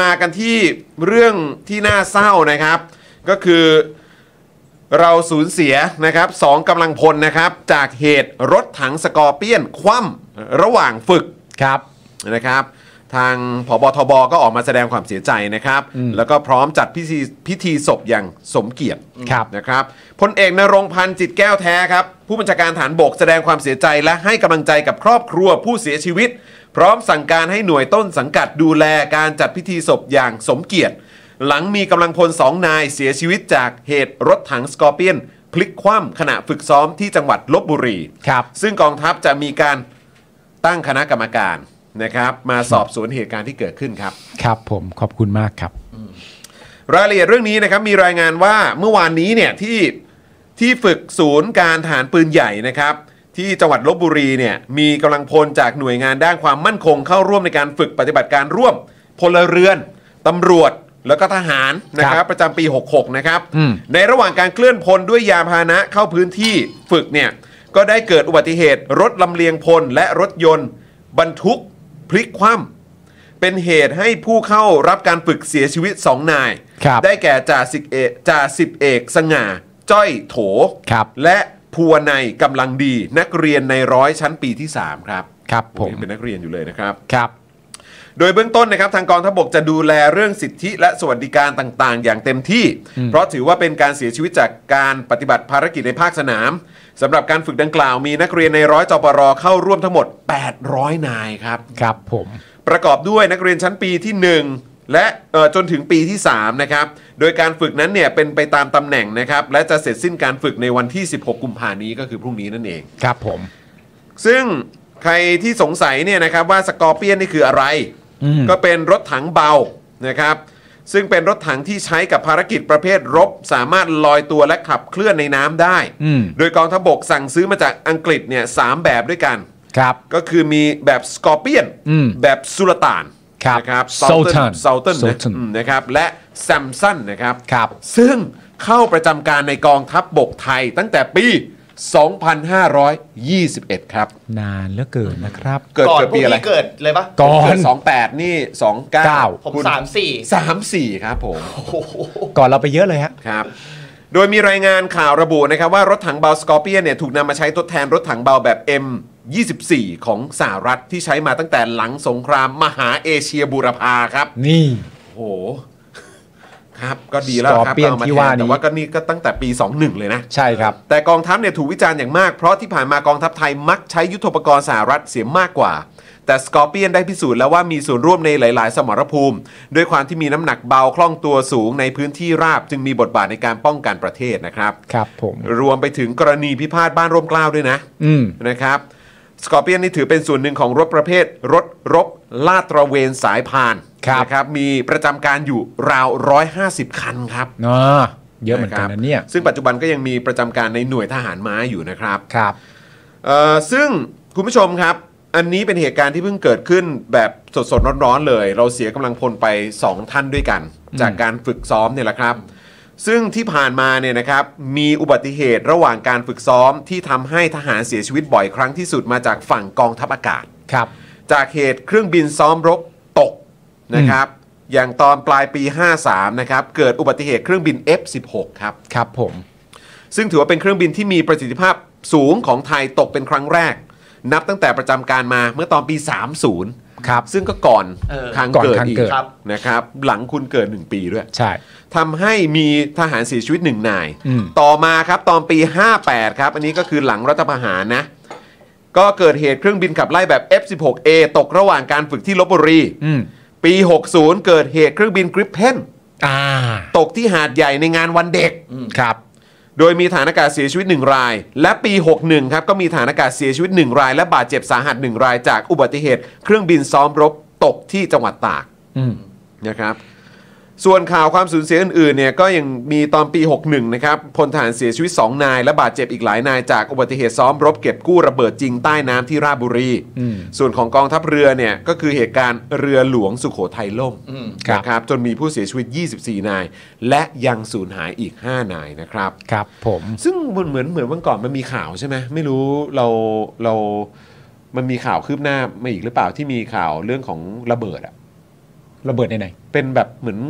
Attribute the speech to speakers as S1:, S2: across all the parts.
S1: มากันที่เรื่องที่น่าเศร้านะครับ ก็คือเราสูญเสียนะครับสองกำลังพลนะครับ จากเหตุรถถังสกอร์เปียน คว่ำระหว่างฝึก
S2: ครับ
S1: นะครับทางผบทบก็ออกมาแสดงความเสียใจนะครับ แล้วก็พร้อมจัดพิธีพิธีศพอย่างสมเกียรติ
S2: ครับ
S1: นะครับพลเอกนรงค์พันธ์จิตแก้วแท้ครับ ผู้บัญชาการฐานบกแสดงความเสียใจและให้กำลังใจกับครอบครัวผู้เสียชีวิต พร้อมสั่งการให้หน่วยต้นสังกัดดูแลการจัดพิธีศพอย่างสมเกียรติ หลังมีกำลังพลสองนายเสียชีวิตจากเหตุรถถังสกอร์เปียน พลิกคว่ำขณะฝึกซ้อมที่จังหวัดลบบุรี
S2: ครับ
S1: ซึ่งกองทัพจะมีการตั้งคณะกรรมการนะครับ มาสอบสวนเหตุการณ์ที่เกิดขึ้นครับ
S2: ครับผมขอบคุณมากครับ
S1: รายละเอียดเรื่องนี้นะครับมีรายงานว่าเมื่อวานนี้เนี่ยที่ที่ฝึกศูนย์การฐานปืนใหญ่นะครับ ที่จังหวัดลบบุรีเนี่ยมีกำลังพลจากหน่วยงานด้านความมั่นคงเข้าร่วมในการฝึกปฏิบัติการร่วม พลเรือนตำรวจแล้วก็ทหารนะค
S2: ค
S1: รั
S2: รั
S1: บบ ประจำปี 66 นะครับ
S2: อืม
S1: ในระหว่างการเคลื่อนพลด้วยยานพาหนะเข้าพื้นที่ฝึกเนี่ยก็ได้เกิดอุบัติเหตุ รถลำเลียงพลและรถยนต์ บรรทุกพลิกคว่ำ เป็นเหตุให้ผู้เข้ารับการฝึกเสียชีวิต 2 นาย
S2: ครับ
S1: ได้แก่จ่าสิบเอกจ่าสิบเอกสง่า จ้อยโถ
S2: ครับ
S1: และภูวนัยกำลังดีนักเรียนในร้อยชั้นปีที่ 3 ครับ
S2: ครับผม
S1: ยังเป็นนักเรียนอยู่เลยนะครับ
S2: ครับ
S1: โดยเบื้องต้นนะครับทางกองทัพบกจะดูแลเรื่องสิทธิและสวัสดิการต่างๆ อย่างเต็มที่ เพราะถือว่าเป็นการเสียชีวิตจากการปฏิบัติภารกิจในภาคสนามสำหรับการฝึกดังกล่าวมีนักเรียนในร้อยจปรเข้าร่วมทั้งหมด 800 นายครับ
S2: ครับผม
S1: ประกอบด้วยนักเรียนชั้นปีที่ 1 และเอ่อจนถึงปีที่ 3 นะครับ โดยการฝึกนั้นเนี่ยเป็นไปตามตำแหน่งนะครับ และจะเสร็จสิ้นการฝึกในวันที่ 16 กุมภานี้ก็คือพรุ่งนี้นั่นเอง
S2: ครับผม
S1: ซึ่งใครที่สงสัยเนี่ยนะครับว่าสกอร์เปียนนี่คืออะไร
S2: อืม
S1: ก็เป็นรถถังเบานะครับ ซึ่งเป็นรถถังที่ใช้กับภารกิจประเภทรบ สามารถลอยตัวและขับเคลื่อนในน้ำได้
S2: อืม
S1: โดยกองทัพบกสั่งซื้อมาจากอังกฤษเนี่ยสามแบบด้วยกัน
S2: ครับ
S1: ก็คือมีแบบสกอร์เปียน
S2: อืม
S1: แบบสุลต่าน
S2: ครับ
S1: นะครับ
S2: Sultan
S1: ซัลตัน
S2: Sultan
S1: นะครับ และแซมสันนะครับ
S2: ครับ
S1: ซึ่งเข้าประจำการในกองทัพบบกไทยตั้งแต่ปี 2521 ครับ
S2: นานเหลือเกินนะครับ
S1: เกิด
S3: ก่อน
S1: เกิด
S3: พว
S1: ปี
S3: ก
S1: อะไร
S3: นี้เกิดเลยปะ
S2: ก่อน
S1: เด28 นี่
S2: เก้า
S1: 29
S3: ผม
S1: คุณ
S3: สามสี่
S1: 34 ครับผม
S3: โอ้โห
S2: ก่อนเราไปเยอะเลยฮะ
S1: ครับ โดยมีรายงานข่าวระบุนะครับว่ารถถังเบาสกอร์เปียนเนี่ยถูกนำมาใช้ทดแทนรถถังเบาแบบ M 24ของสหรัฐที่ใช้มาตั้งแต่หลังสงครามมหาเอเชียบูรพาครับ
S2: นี่
S1: โอ้โห ครับ ก็ดีแล้วครับ
S2: Scorpion
S1: เอามา
S2: ที่
S1: แท
S2: ว่าน นี้
S1: แต่ว่าก็นี่ก็ตั้งแต่ปี 21 เลยนะ
S2: ใช่ครับ
S1: แต่กองทัพเนี่ยถูกวิจารณ์อย่างมาก เพราะที่ผ่านมากองทัพไทยมักใช้ยุทโธปกรณ์สหรัฐเสียมากกว่า แต่สกอร์เปียนได้พิสูจน์แล้วว่ามีส่วนร่วมในหลาย ๆ สมรภูมิ ด้วยความที่มีน้ำหนักเบาคล่องตัวสูงในพื้นที่ราบ จึงมีบทบาทในการป้องกันประเทศนะครับ
S2: ครับผม
S1: รวมไปถึงกรณีพิพาทบ้านร่มเกล้าด้วยนะ
S2: อืม
S1: นะครับสกอร์เปียนนี่ถือเป็นส่วนหนึ่งของรถประเภท รถรบลาดตระเวนสายพาน
S2: ครับ
S1: นะครับมีประจำการอยู่ราว 150 คันครับ
S2: เนาะเยอะเหมือนกันนะเนี่ย
S1: ครับซึ่งปัจจุบันก็ยังมีประจำการในหน่วยทหารม้าอยู่นะครับ
S2: ครับ
S1: เอ่อซึ่งคุณผู้ชมครับ อันนี้เป็นเหตุการณ์ที่เพิ่งเกิดขึ้นแบบสดๆร้อนๆเลย เราเสียกำลังพลไป 2 ท่านด้วยกัน จากการฝึกซ้อมเนี่ยแหละครับ ซึ่งที่ผ่านมาเนี่ยนะครับมีอุบัติเหตุระหว่างการฝึกซ้อมที่ทำให้ทหารเสียชีวิตบ่อยครั้งที่สุดมาจากฝั่งกองทัพอากาศ
S2: ครับ
S1: จากเหตุเครื่องบินซ้อมรบตกนะครับ อย่างตอนปลายปี 53 นะครับเกิดอุบัติเหตุเครื่องบิน F16 ครับ
S2: ครับผม
S1: ซึ่งถือว่าเป็นเครื่องบินที่มีประสิทธิภาพสูงของไทยตกเป็นครั้งแรก นับตั้งแต่ประจำการมาเมื่อตอนปี 30
S2: ครับ
S1: ซึ่งก็ก่อน
S3: เออ
S1: ทาง
S2: ก่อน
S1: เกิด
S2: ทาง
S1: อีก
S2: เกิด
S3: ครับ
S1: นะครับ หลังคุณเกิด 1 ปีด้วย
S2: ใช่
S1: ทำให้มีทหารเสียชีวิตหนึ่งนาย
S2: อืม
S1: ต่อมาครับตอนปี 58 ครับ อันนี้ก็คือหลังรัฐประหารนะ ก็เกิดเหตุเครื่องบินขับไล่แบบ F16A ตกระหว่างการฝึกที่ลบบุรี
S2: อืม
S1: ปี 60 เกิดเหตุเครื่องบินกริปเพน
S2: อ่า
S1: ตกที่หาดใหญ่ในงานวันเด็ก
S2: ครับ
S1: โดยมีฐานอากาศเสียชีวิต 1 ราย และปี 61 ครับ ก็มีฐานอากาศเสียชีวิต 1 ราย และบาดเจ็บสาหัส 1 รายจากอุบัติเหตุ เครื่องบินซ้อมรบตกที่จังหวัดตาก
S2: อืม
S1: นะครับ ส่วนข่าวความสูญเสียอื่นๆเนี่ยก็ยังมีตอนปี 61 นะครับพลทหารเสียชีวิต 2 นาย และบาดเจ็บอีกหลายนายจากอุบัติเหตุซ้อมรบเก็บกู้ระเบิดจริงใต้น้ำที่ราชบุรี
S2: อืม
S1: ส่วนของกองทัพเรือเนี่ยก็คือเหตุการณ์เรือหลวงสุโขทัยล่ม
S3: อืม
S2: ครับ
S1: นะครับจนมีผู้เสียชีวิต 24 นาย และยังสูญหายอีก 5 นายนะครับ
S2: ครับผม
S1: ซึ่งเหมือนเหมือนเหมือนวันก่อนมันมีข่าวใช่ไหมไม่รู้เราเรา มันมีข่าวคืบหน้ามาอีกหรือเปล่าที่มีข่าวเรื่องของระเบิดอะ
S2: ระเบิดไหน
S1: เป็นแบบเหมือน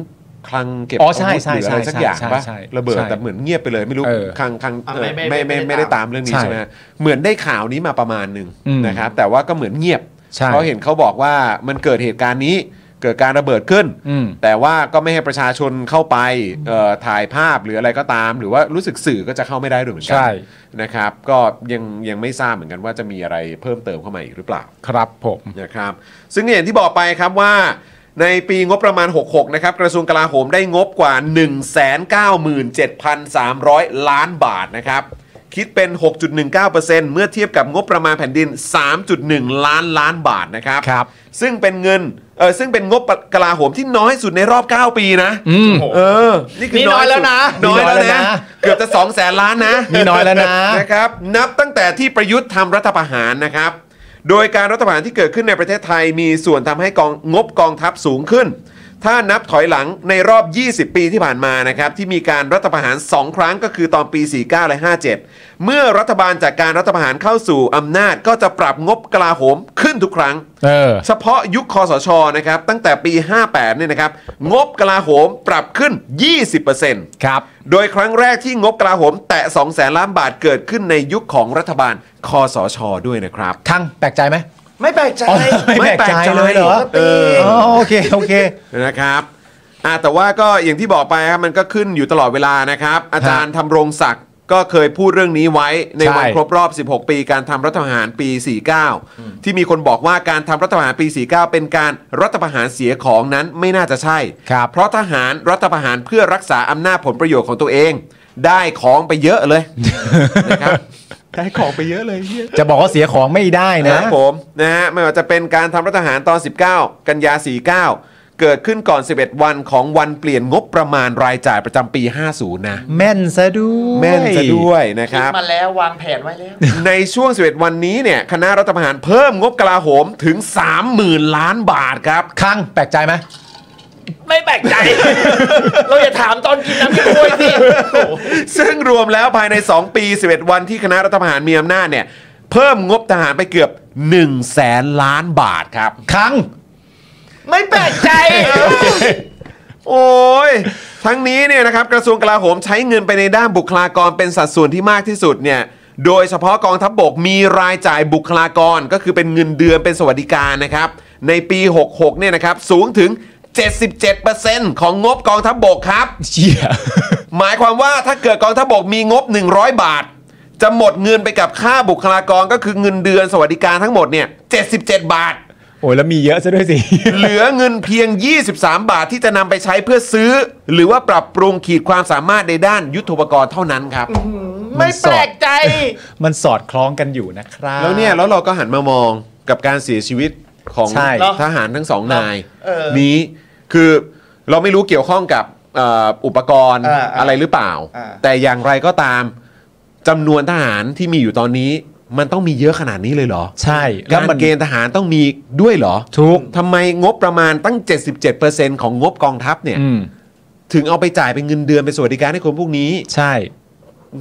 S1: คลังเก็บ
S2: อ๋อใช่
S1: าวุธหรืออะไร
S2: ใช่
S1: สักอย่าง
S2: ใช่
S1: ปะ
S2: ใช่
S1: ระเบิด
S2: ใช่
S1: แต่เหมือนเงียบไปเลยไม่รู้
S2: เออ
S1: คลังคลังเออ
S3: ไม่ไม่
S1: ไม่ไม่
S3: ไม่ได้
S1: ไม่ได้
S3: ตาม
S1: ตามเรื่องนี้
S2: ใช่
S1: ใช่ไหมเหมือนได้ข่าวนี้มาประมาณหนึ่ง
S2: อืม
S1: นะครับแต่ว่าก็เหมือนเงียบ
S2: ๆใช่
S1: เพราะเห็นเขาบอกว่ามันเกิดเหตุการณ์นี้เกิดการระเบิดขึ้น
S2: อืม
S1: แต่ว่าก็ไม่ให้ประชาชนเข้าไปเอ่อถ่ายภาพหรืออะไรก็ตาม หรือว่ารู้สึกสื่อก็จะเข้าไม่ได้ด้วยเหมือนกั
S2: ใช่
S1: นะครับ ก็ยังยังไม่ทราบเหมือนกันว่าจะมีอะไรเพิ่มเติมเข้ามาอีกหรือเปล่า
S2: ครับผม
S1: นะครับซึ่งอย่างที่บอกไปครับว่าในปีงบประมาณ 66 นะครับ กระทรวงกลาโหมได้งบกว่า 197,300 ล้านบาทนะครับ คิดเป็น 6.19%เมื่อเทียบกับงบประมาณแผ่นดิน 3.1 ล้านล้านบาทนะครับ
S2: ครับ
S1: ซึ่งเป็นเงินเออซึ่งเป็นงบกลาโหมที่น้อยสุดในรอบ 9 ปีนะ
S2: อืม
S1: เออ นี่คือ
S3: นี่น้อยแล้วนะ
S1: น้อยแล้ว
S2: นี่น้อยแล้ว
S1: นะ
S2: นะ
S1: เกือบจะ2แสนล้านนะ
S2: นี่น้อยแล้วนะ
S1: นะครับ นับตั้งแต่ที่ประยุทธ์ทำรัฐประหารนะครับ โดยการรัฐประหารที่เกิดขึ้นในประเทศไทยมีส่วนทำให้กองงบกองทัพสูงขึ้น ถ้านับถอยหลังในรอบ 20 ปีที่ผ่านมานะครับ ที่มีการรัฐประหาร 2 ครั้งก็คือตอนปี 49 และ 57 เมื่อรัฐบาลจากการรัฐประหารเข้าสู่อำนาจก็จะปรับงบกลาโหมขึ้นทุกครั้ง
S2: เออ
S1: เฉพาะยุคคอสชนะครับตั้งแต่ปี 58เนี่ยนะครับงบกลาโหมปรับขึ้น 20%
S2: ครับ
S1: โดยครั้งแรกที่งบกลาโหม แตะ 2 0 0แสนล้านบาทเกิดขึ้นในยุคของรัฐบาลคอสช ด้วยนะครับ
S2: ทังแปลกใจไหม
S3: ไม่แปลกใจ
S2: อ๋อไม่แปลกใจเลยเหรอ
S1: เออ
S2: อ๋อโอเคโอเค
S1: นะครับอ่ะแต่ว่าก็อย่างที่บอกไปครับมันก็ขึ้นอยู่ตลอดเวลานะครับ อาจารย์ทำรงศักดิ์ก็เคยพูดเรื่องนี้ไว้ในวัน
S2: ใช่
S1: ครบรอบ 16 ปีการทำรัฐประหารปี 49 ที่มีคนบอกว่าการทำรัฐประหารปี 49 เป็นการรัฐประหารเสียของนั้นไม่น่าจะใช่
S2: ครับ
S1: เพราะทหารรัฐประหารเพื่อรักษาอำนาจผลประโยชน์ของตัวเอง ได้ของไปเยอะ เลย นะครับได้ของไปเยอะเลยเฮีย
S2: จะบอกว่าเสียของไม่ได้นะ
S1: ครับผมนะฮะไม่ว่าจะเป็นการทำรัฐประหารตอน 19 กันยา 49 เกิดขึ้นก่อน 11 วันของวันเปลี่ยนงบประมาณรายจ่ายประจำปี 50 นะ
S2: แม่นซะด้วย
S1: แม่นซะด้วยนะค
S3: คิด
S1: รับ
S3: มาแล้ววางแผนไว้แล้ว
S1: ในช่วง 11 วันนี้เนี่ยคณะรัฐประหารเพิ่มงบกลาโหมถึง 30,000 ล้านบาทครับ
S2: คังแปลกใจไหม
S3: ไม่แปลกใจ เราอย่าถามตอนกินน้ำพี่โวยสิ
S1: ซึ่งรวมแล้วภายใน 2 ปี 11 วันที่คณะรัฐประหารมีอำนาจเนี่ยเพิ่มงบทหารไปเกือบ1แสนล้านบาทครับ
S2: คัง
S3: ไม่แปลกใจ
S1: โอ้ย ทั้งนี้เนี่ยนะครับกระทรวงกลาโหมใช้เงินไปในด้านบุคลากรเป็นสัดส่วนที่มากที่สุดเนี่ย โดยเฉพาะกองทัพบบกมีรายจ่ายบุคลากรก็คือเป็นเงินเดือนเป็นสวัสดิการนะครับ ในปี 66 เนี่ยนะครับสูงถึง 77%ของงบกองทัพบบกครับ
S2: เชี่ย
S1: หมายความว่าถ้าเกิดกองทัพบกมีงบ 100 บาท จะหมดเงินไปกับค่าบุคลากรก็คือเงินเดือนสวัสดิการทั้งหมดเนี่ย77 บาท
S2: โอ้ยแล้วมีเยอะซะด้วยสิ
S1: เหลือเงินเพียง 23 บาทที่จะนำไปใช้เพื่อซื้อ หรือว่าปรับปรุงขีดความสามารถในด้านยุทโธปกรณ์เท่านั้นครับ
S3: ไม่แปลกใจ
S2: มันสอดคล้องกันอยู่นะครับ
S1: แล้วเนี่ยแล้วเราก็หันมามองกับการเสียชีวิตของ
S2: ใช่
S1: ทหารทั้งสองนาย
S3: เออ
S1: นี้คือเราไม่รู้เกี่ยวข้องกับเอ่ออุปกรณ์
S3: อ่าอ่า
S1: อะไรหรือเปล่า
S3: อ่า
S1: แต่อย่างไรก็ตามจำนวนทหารที่มีอยู่ตอนนี้ มันต้องมีเยอะขนาดนี้เลยเหรอ
S2: ใช่แล้
S1: กาว ร
S2: มัน
S1: เกณฑ์ทหารต้องมีด้วยเหรอ
S2: ทุก
S1: ทำไมงบประมาณตั้ง 77%ของงบกองทัพเนี่ย
S2: อืม
S1: ถึงเอาไปจ่ายเป็นเงินเดือนเป็นสวัสดิการให้คนพวกนี้
S2: ใช่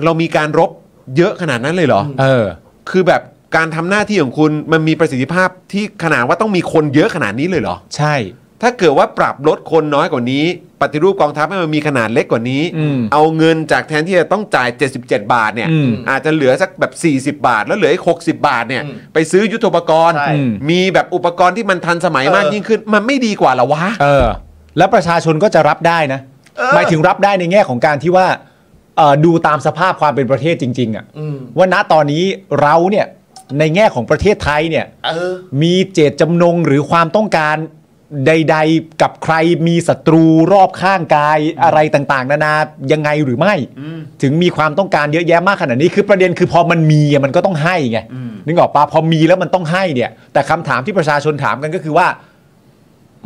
S1: เรามีการรบเยอะขนาดนั้นเลยเหรอ
S2: เออ
S1: คือแบบการทำหน้าที่ของคุณมันมีประสิทธิภาพที่ขนาดว่าต้องมีคนเยอะขนาดนี้เลยเหรอ
S2: ใช่
S1: ถ้าเกิดว่าปรับลดคนน้อยกว่านี้ ปฏิรูปกองทัพให้มันมีขนาดเล็กกว่านี้
S2: อืม
S1: เอาเงินจากแทนที่จะต้องจ่าย 77 บาทเนี่ย
S2: อืม
S1: อาจจะเหลือสักแบบ 40 บาท แล้วเหลืออีก60 บาทเนี่ย
S3: อืม
S1: ไปซื้อยุทโธปกรณ์
S3: ใช่
S1: มีแบบอุปกรณ์ที่มันทันสมัยมาก
S3: เออ
S1: ยิ่งขึ้น มันไม่ดีกว่าเหรอวะ
S2: เออ แล้วประชาชนก็จะรับได้นะ
S3: เออ
S2: หมายถึงรับได้ในแง่ของการที่ว่าเอ่อดูตามสภาพความเป็นประเทศจริง ๆอะ่ะ
S3: อืม
S2: ว่าณตอนนี้เราเนี่ยในแง่ของประเทศไทยเนี่ย
S3: เออ
S2: มีเจตจำนงหรือความต้องการใด ๆ กับใครมีศัตรูรอบข้างกายอะไรต่างๆ นานายังไงหรือไม่ ถึงมีความต้องการเยอะแยะมากขนาดนี้คือประเด็นคือพอมันมีอะมันก็ต้องให้ไงนึกออกปะพอมีแล้วมันต้องให้เนี่ย แต่คำถามที่ประชาชนถามกันก็คือว่า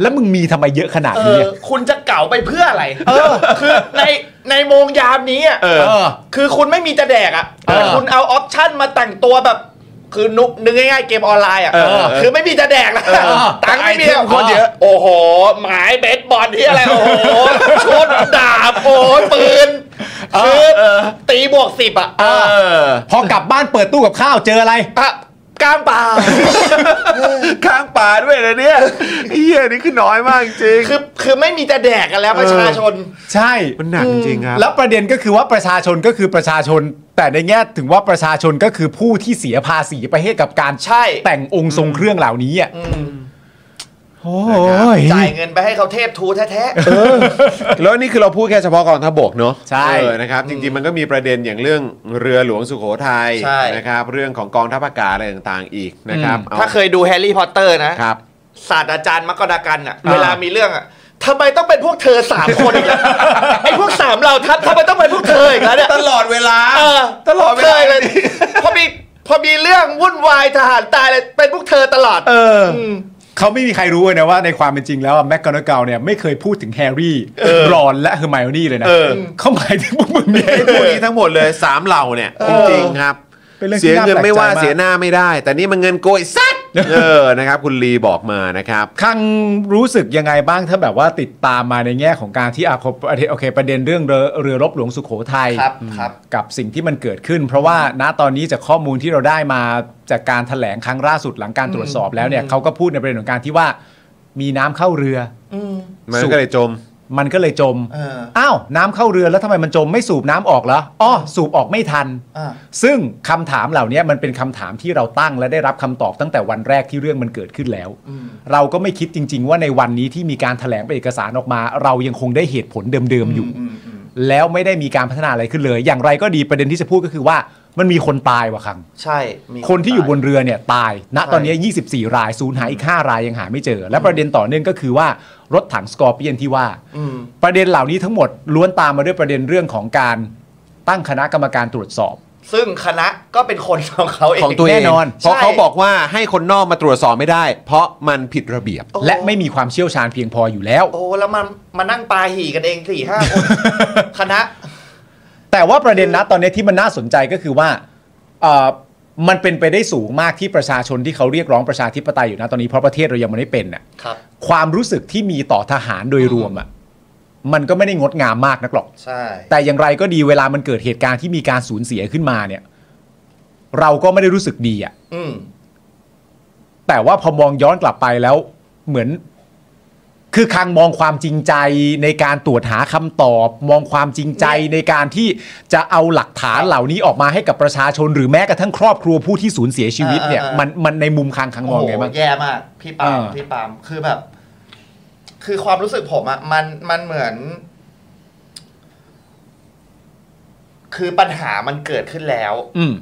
S2: แล้วมึงมีทำไมเยอะขนาด
S3: เอ
S2: นี้
S3: อ
S2: อะ
S3: คุณจะเก่าไปเพื่ออะไร เออ คือในในโมงยามนี้อะ
S1: เออ
S2: เออ
S3: คือคุณไม่มีจะแดกอ่ะ
S2: เออ
S3: แต่คุณเอาออปชั่นมาแต่งตัวแบบ คือนุกนึกง่ายๆเกมออนไลน์อ่ะ
S1: เออ
S3: คือไม่มีจะแดกแล้ว
S2: อ
S3: ตังค์ไม่มี
S1: แต่ไอเทมโคตรเยอะ
S3: โอ้โห หมายเบสบอลที่อะไร โอ้โหชุดดาบ โอ้ยปืนคือตีบวกสิบอ่ะ
S2: เอ
S1: เออ
S2: พอกลับบ้านเปิดตู้กับข้าวเจออะไร
S3: อ่ะ
S2: กล้ามป่า
S1: ข้างป่าด้วยนะเนี่ยเฮียนี่คือน้อยมากจริง
S3: คือคือไม่มีจะแดกกันแล้วประชาชน
S2: ใช่
S1: มันหนักจริงครับ
S2: แล้วประเด็นก็คือว่าประชาชนก็คือประชาชน แต่ในแง่ถึงว่าประชาชนก็คือผู้ที่เสียภาษีไปให้กับการ
S3: ใช่
S2: แต่งองค์ทรงเครื่องเหล่านี้อ่ะโอ้ย
S3: จ่ายเงินไปให้เขาเทพทูตแท้
S1: แล้วนี่คือเราพูดแค่เฉพาะกองทัพบกเนาะ
S2: ใช่
S1: เออนะครับ จริงๆมันก็มีประเด็นอย่างเรื่องเรือหลวงสุโขทัย
S3: ใช่
S1: นะครับ เรื่องของกองทัพอากาศอะไรต่างๆ อีกนะครับเอ
S3: ๆถ้าเคยดูแฮร์รี่พอตเตอร์นะ
S1: ครับ
S3: ศาสตราจารย์มกรดากันอะ
S2: อ่า
S3: เวลามีเรื่องอะทำไมต้องเป็นพวกเธอสามคนอีกอะไอ้พวกสามเราทัพทำไมต้องเป็นพวกเธออีกแล้วเนี่ย
S1: ตลอดเวลา
S3: เออ
S1: ตลอดเว
S3: เค
S1: ลา
S3: ยเลยพอมีพอมีเรื่องวุ่นวายทหารตายเลยเป็นพวกเธอตลอด
S2: เอออ เขาไม่มีใครรู้เลยนะว่าในความเป็นจริงแล้วแม็กกอนเกลเนี่ยไม่เคยพูดถึงแฮร์รี่รอนและเฮอร์ไมโอนี่เลยนะ
S1: เออ
S2: เขาหมายถึงพวกมึงเนี่ย
S1: ไอ้พวกนี้ทั้งหมดเลยสามเหล่าเนี่ยจริงๆครับ
S2: เป็นเรื่องที่
S1: เสียเงินไม่ว่า
S2: น่าแปลกใจมาก
S1: เสียหน้าไม่ได้ แต่นี่มันเงินโกยซัดเออนะครับ คุณลีบอกมานะครับ
S2: คังรู้สึกยังไงบ้างถ้าแบบว่าติดตามมาในแง่ของการที่อาคบประเด็นโอเค ประเด็นเรื่องเรือเรือรบหลวงสุโขทัย
S3: ครับ
S2: อืม
S3: ครับ
S2: กับสิ่งที่มันเกิดขึ้น เพราะว่าณตอนนี้จากข้อมูลที่เราได้มาจากการแถลงครั้งล่าสุดหลังการตรวจสอบแล้วเนี่ยเขาก็พูดในประเด็นของการที่ว่ามีน้ำเข้าเรือ
S1: มันก็เลยจม
S2: มันก็เลยจม
S3: เออ
S2: อ้าวน้ำเข้าเรือแล้วทำไมมันจมไม่สูบน้ำออกเหรออ้อสูบออกไม่ทัน
S3: อ่า
S2: ซึ่งคำถามเหล่านี้มันเป็นคำถามที่เราตั้งและได้รับคำตอบตั้งแต่วันแรกที่เรื่องมันเกิดขึ้นแล้ว เราก็ไม่คิดจริง ๆ ว่าในวันนี้ที่มีการแถลงเป็นเอกสารออกมา เรายังคงได้เหตุผลเดิมๆอยู่ แล้วไม่ได้มีการพัฒนาอะไรขึ้นเลย อย่างไรก็ดีประเด็นที่จะพูดก็คือว่ามันมีคนตายว่ะคัง
S3: ใช่มี
S2: คนที่อยู่บน
S3: ตา
S2: เรือเนี่ยตาย ณ
S3: ใช่
S2: ตอนนี้ 24 รายศูนย์หายอีก 5 รายยังหาไม่เจอ และประเด็นต่อเนื่องก็คือว่ารถถังสกอร์เปียนที่ว่า
S3: อืม
S2: ประเด็นเหล่านี้ทั้งหมดล้วนตามมาด้วยประเด็นเรื่องของการตั้งคณะกรรมการตรวจสอบ
S3: ซึ่งคณะก็เป็นคน ของเขาเอง
S1: ของตัวเอง
S2: แน่นอน
S1: เพราะ
S3: ใช่
S1: เขาบอกว่าให้คนนอกมาตรวจสอบไม่ได้ เพราะมันผิดระเบียบ
S3: โอ้
S2: และไม่มีความเชี่ยวชาญเพียงพออยู่แล้ว
S3: โอ้แล้วมันมานั่งปาหี่กันเองสี่ห้าคน คณะ
S2: แต่ว่าประเด็นนะตอนนี้ที่มันน่าสนใจก็คือว่าเอ่อมันเป็นไปได้สูงมากที่ประชาชนที่เขาเรียกร้องประชาธิปไตยอยู่นะตอนนี้เพราะประเทศเรายังไม่ได้เป็นน่ะ
S3: ครับ
S2: ความรู้สึกที่มีต่อทหารโดยรวมอ่ะมันก็ไม่ได้งดงามมากนักหรอก
S3: ใช่
S2: แต่อย่างไรก็ดีเวลามันเกิดเหตุการณ์ที่มีการสูญเสียขึ้นมาเนี่ย เราก็ไม่ได้รู้สึกดีอ่ะ
S3: อืม
S2: แต่ว่าพอมองย้อนกลับไปแล้วเหมือน คือคังมองความจริงใจในการตรวจหาคำตอบ มองความจริงใจในการที่จะเอาหลักฐานเหล่านี้ออกมาให้กับประชาชน หรือแม้กระทั่งครอบครัวผู้ที่สูญเสียชีวิตเนี่ย
S3: อ่าอ่ามั
S2: มันมันในมุมคังคังมองไงบ้าง
S3: โโหแย่มาก พี่ปาล์ม
S2: เออ
S3: พี่ปาล์มคือแบบ คือความรู้สึกผมอะมันมันเหมือน คือปัญหามันเกิดขึ้นแล้ว
S2: อืม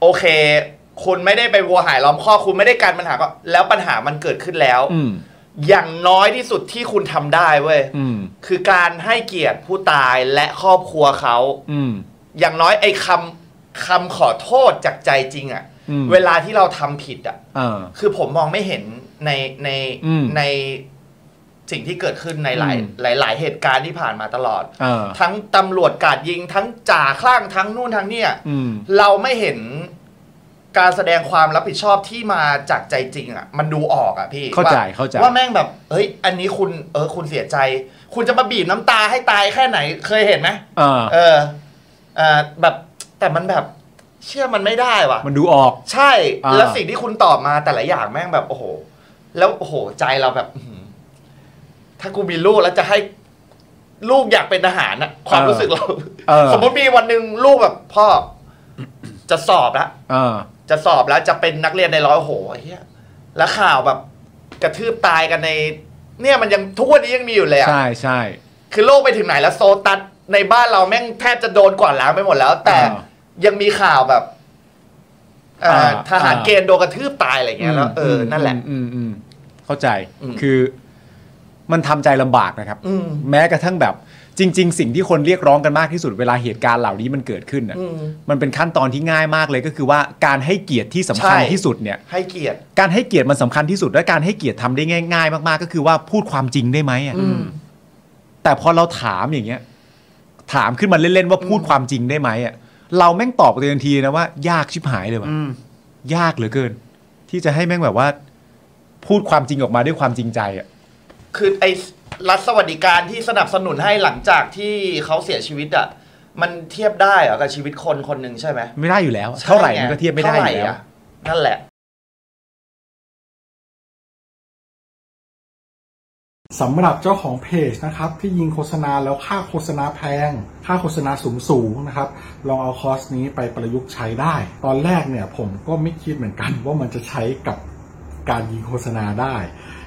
S3: โอเค คุณไม่ได้ไปวัวหายล้อมข้อคุณไม่ได้การปัญหาก็ แล้วปัญหามันเกิดขึ้นแล้ว
S2: อืม
S3: อย่างน้อยที่สุดที่คุณทำได้เว้ย
S2: อืม
S3: คือการให้เกียรติผู้ตายและครอบครัวเขา
S2: อืม
S3: อย่างน้อยไอ้คำคำขอโทษจากใจจริงอะ
S2: อืม
S3: เวลาที่เราทำผิดอะ
S2: อ่า
S3: คือผมมองไม่เห็นในใน
S2: อืม
S3: ในสิ่งที่เกิดขึ้นในหลาย
S2: อืม
S3: หลายหลายเหตุการณ์ที่ผ่านมาตลอด
S2: อ่า
S3: ทั้งตำรวจกราดยิงทั้งจ่าคลั่งทั้งนู่นทั้งเนี่ย
S2: อืม
S3: เราไม่เห็นการแสดงความรับผิดชอบที่มาจากใจจริง อ่ะ มันดูออกอ่ะพี่
S2: เข้าใจ
S3: ว่
S2: เข้าใจ
S3: ว่าแม่งแบบเฮ้ย อันนี้คุณเออคุณเสียใจ คุณจะมาบีบน้ำตาให้ตายแค่ไหนเคยเห็นไหม
S2: อ่า
S3: เออเออแบบแต่มันแบบเชื่อมันไม่ได้ว่ะ
S2: มันดูออก
S3: ใช่
S2: อ่า
S3: แล้วสิ่งที่คุณตอบมาแต่ละอย่างแม่งแบบ โอ้โห แล้วโอ้โห ใจเราแบบอื้อหือถ้ากูมีลูกแล้วจะให้ลูกอยากเป็นทหารนะความรู้สึกเรา
S2: เออ
S3: สมมติมีวันหนึ่งลูกแบบพ่อ จะสอบละ
S2: อ่า
S3: จะสอบแล้วจะเป็นนักเรียนในร้อยโอ้โหเฮียแล้วข่าวแบบกระทืบตายกันใน เนี่ยมันยังทุกวันนี้ยังมีอยู่เลยอะ
S2: ใช่ใช่
S3: คือโลกไปถึงไหนแล้วโซตัสในบ้านเราแม่งแทบจะโดนกวาดล้างไปหมดแล้ว แต่
S2: อ่า
S3: ยังมีข่าวแบบเอ่ออา ทหารเกณฑ์โดนกระทืบตายอะไรเงี้ยแล้วเอออ
S2: ม
S3: นั่นแหละ
S2: อืมอืมเข้าใจ
S3: อืม
S2: คือมันทำใจลำบากนะครับ
S3: อืม
S2: แม้กระทั่งแบบจริง ๆ สิ่งที่คนเรียกร้องกันมากที่สุดเวลาเหตุการณ์เหล่านี้มันเกิดขึ้นน่ะ
S3: อืม
S2: มันเป็นขั้นตอนที่ง่ายมากเลยก็คือว่าการให้เกียรติที่สำคัญ
S3: ใช่
S2: ที่สุดเนี่ย
S3: ให้เกียรติ
S2: การให้เกียรติมันสำคัญที่สุดและการให้เกียรติทำได้ง่าย ๆ มากๆ ก็คือว่าพูดความจริงได้ไหมอะ
S3: อืม
S2: แต่พอเราถามอย่างเงี้ย ถามขึ้นมาเล่นๆว่าพูดความจริงได้ไหมอะเราแม่งตอบไปทันทีนะว่า ยากชิบหายเลยว่ะยากเหลือเกิน ที่จะให้แม่งแบบว่า พูดความจริงออกมาด้วยความจริงใจอะ
S3: คือไอ้รัฐสวัสดิการที่สนับสนุนให้หลังจากที่เขาเสียชีวิตอ่ะ มันเทียบได้เหรอกับชีวิตคนคนหนึ่งใช่ไหม
S2: ไม่ได้อยู่แล้วอะ
S3: ใช่
S2: เท่าไหร่
S3: ง
S2: มันก็เทียบไม่ได้อยู่
S3: เท่า
S2: แล้ว
S3: หร่อะ นั่นแหละ
S4: สำหรับเจ้าของเพจนะครับที่ยิงโฆษณาแล้วค่าโฆษณาแพง ค่าโฆษณาสูงสูงๆนะครับ ลองเอาคอร์สนี้ไปประยุกต์ใช้ได้ ตอนแรกเนี่ยผมก็ไม่คิดเหมือนกัน ว่ามันจะใช้กับการยิงโฆษณาได้